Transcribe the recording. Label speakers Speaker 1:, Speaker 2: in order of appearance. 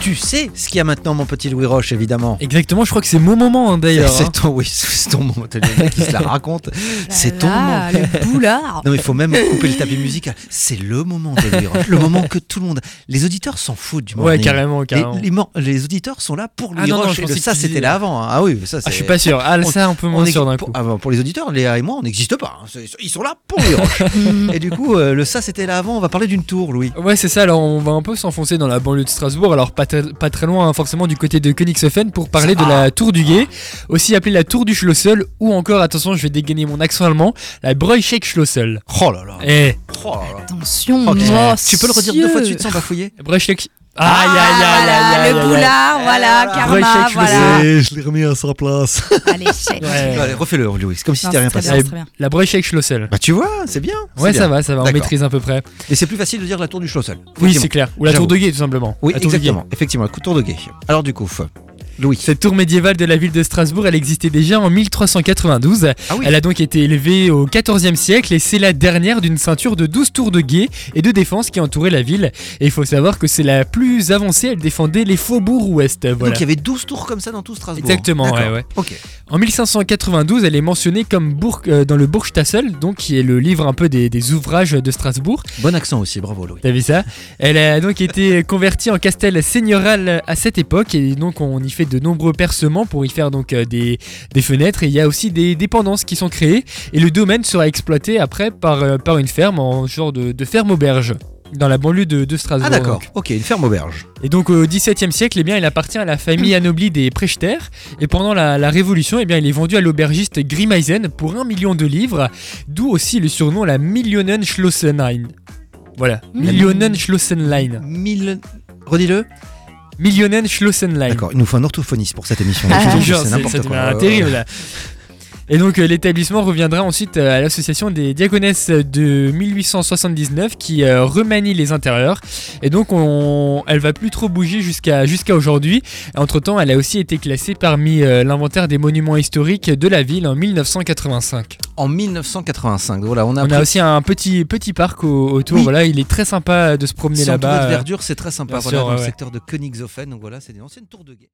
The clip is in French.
Speaker 1: Tu sais ce qu'il y a maintenant, mon petit Louis Roche, évidemment.
Speaker 2: Exactement, je crois que c'est mon moment hein, Bah d'ailleurs.
Speaker 1: C'est
Speaker 2: hein.
Speaker 1: ton, oui, c'est ton moment. T'as le mec qui se la raconte. C'est ton moment.
Speaker 3: Bah là, Le boulard.
Speaker 1: Non, mais il faut même couper le tapis musical. C'est le moment de Louis Roche. Le moment que tout le monde. Les auditeurs s'en foutent du moment.
Speaker 2: Ouais, carrément, carrément.
Speaker 1: Les, les mor- les auditeurs sont là pour
Speaker 2: Ah
Speaker 1: Louis
Speaker 2: non, non,
Speaker 1: Roche. et
Speaker 2: je
Speaker 1: le
Speaker 2: pensais
Speaker 1: ça,
Speaker 2: qu'ils
Speaker 1: c'était
Speaker 2: disaient-
Speaker 1: là avant. hein. Ah oui, ça,
Speaker 2: Ah, je
Speaker 1: c'est-
Speaker 2: suis pas sûr. Ah, ça, un peu
Speaker 1: on
Speaker 2: moins
Speaker 1: est-
Speaker 2: sûr d'un
Speaker 1: pour,
Speaker 2: coup.
Speaker 1: ah, bon, pour les auditeurs, Léa et moi, on n'existe pas. hein. C'est- Ils sont là pour Louis Roche. et du coup, euh, le ça, c'était là avant. On va parler d'une tour, Louis.
Speaker 2: Ouais, c'est ça. Alors, on va un peu s'enfoncer dans la banlieue de Strasbourg. Alors, pas, tr- pas très loin, hein, forcément, du côté de Königshofen pour parler de
Speaker 1: Ah.
Speaker 2: la Tour du Guet, aussi appelée la Tour du Schlossel, ou encore, attention, je vais dégainer mon accent allemand, la Breuschek Schlossel.
Speaker 1: Oh là là.
Speaker 2: Eh,
Speaker 1: Oh là là.
Speaker 3: Attention,
Speaker 1: Oh, qu'est-ce
Speaker 3: mon
Speaker 1: Tu peux le redire deux fois de
Speaker 3: Dieu.
Speaker 1: suite sans bafouiller
Speaker 2: Breuschek.
Speaker 3: Ah,
Speaker 2: Aïe, aïe, aïe,
Speaker 3: voilà,
Speaker 2: aïe, aïe,
Speaker 3: le
Speaker 2: aïe, aïe.
Speaker 3: boulard, voilà,
Speaker 1: Voilà.
Speaker 3: karma,
Speaker 2: Recheck, je
Speaker 3: voilà.
Speaker 1: je l'ai remis à sa place.
Speaker 3: Allez, chèque.
Speaker 2: Ouais.
Speaker 1: Allez, refais-le, Louis. C'est comme si
Speaker 3: Non,
Speaker 1: c'était rien
Speaker 3: c'est très
Speaker 1: passé.
Speaker 3: bien, c'est très bien.
Speaker 2: La Breuschek Schlossel.
Speaker 1: Bah, tu vois, c'est bien. c'est
Speaker 2: Ouais,
Speaker 1: bien.
Speaker 2: ça va, ça va, on
Speaker 1: D'accord.
Speaker 2: maîtrise à peu près.
Speaker 1: Et c'est plus facile de dire la tour du Schlossel.
Speaker 2: Oui,
Speaker 1: Effectivement.
Speaker 2: c'est clair. Ou la
Speaker 1: J'avoue.
Speaker 2: Tour de Guet, tout simplement.
Speaker 1: Oui,
Speaker 2: La Tour de Guet.
Speaker 1: exactement. Effectivement, la tour de guet. Alors du coup, f- Louis.
Speaker 2: Cette tour médiévale de la ville de Strasbourg, elle existait déjà en 1392.
Speaker 1: Ah oui.
Speaker 2: Elle a donc été élevée au XIVe siècle et c'est la dernière d'une ceinture de 12 tours de guet et de défense qui entourait la ville. Et il faut savoir que c'est la plus avancée, elle défendait les faubourgs ouest. Voilà.
Speaker 1: Donc il y avait 12 tours comme ça dans tout Strasbourg.
Speaker 2: Exactement, ouais,
Speaker 1: D'accord.
Speaker 2: ouais.
Speaker 1: Ok.
Speaker 2: En 1592, elle est mentionnée comme bourg, euh, dans le Burgstassel, donc qui est le livre un peu des, des ouvrages de Strasbourg.
Speaker 1: Bon accent aussi, bravo Louis.
Speaker 2: T'as vu ça Elle a donc été convertie en castel seigneurial à cette époque et donc on y fait de nombreux percements pour y faire donc euh, des, des fenêtres et il y a aussi des dépendances qui sont créées et le domaine sera exploité après par, euh, par une ferme en genre de, de ferme auberge dans la banlieue de, de Strasbourg.
Speaker 1: Ah d'accord.
Speaker 2: donc.
Speaker 1: Ok, une ferme auberge.
Speaker 2: Et donc au XVIIe siècle, eh bien, il appartient à la famille anoblie des Prechter et pendant la, la Révolution, eh bien, il est vendu à l'aubergiste Grimeisen pour un million de livres, d'où aussi le surnom la Millionen Schlossenlein. Voilà,
Speaker 3: Mmh.
Speaker 2: Millionen Schlossenlein.
Speaker 1: Mille. Redis-le.
Speaker 2: Millionen Schlossenlein.
Speaker 1: D'accord. Il nous faut un orthophoniste pour cette émission.
Speaker 3: Ah,
Speaker 1: Je vous
Speaker 2: Je
Speaker 1: jure,
Speaker 2: te jure,
Speaker 1: c'est n'importe
Speaker 2: devient
Speaker 1: quoi.
Speaker 2: terrible là. Et donc euh, l'établissement reviendra ensuite euh, à l'association des diaconesses de 1879 qui euh, remanie les intérieurs. Et donc on, elle va plus trop bouger jusqu'à jusqu'à aujourd'hui. Entre temps, elle a aussi été classée parmi euh, l'inventaire des monuments historiques de la ville en 1985.
Speaker 1: Euh, En 1985. Voilà, on a.
Speaker 2: On
Speaker 1: appris-
Speaker 2: a aussi un petit petit parc au- autour.
Speaker 1: Oui.
Speaker 2: Voilà, il est très sympa de se promener
Speaker 1: c'est entouré
Speaker 2: là-bas.
Speaker 1: de
Speaker 2: euh,
Speaker 1: verdure, c'est très sympa.
Speaker 2: bien
Speaker 1: Voilà,
Speaker 2: sûr,
Speaker 1: dans le
Speaker 2: ouais,
Speaker 1: secteur de Königshofen. Donc voilà, c'est des anciennes tours de guet.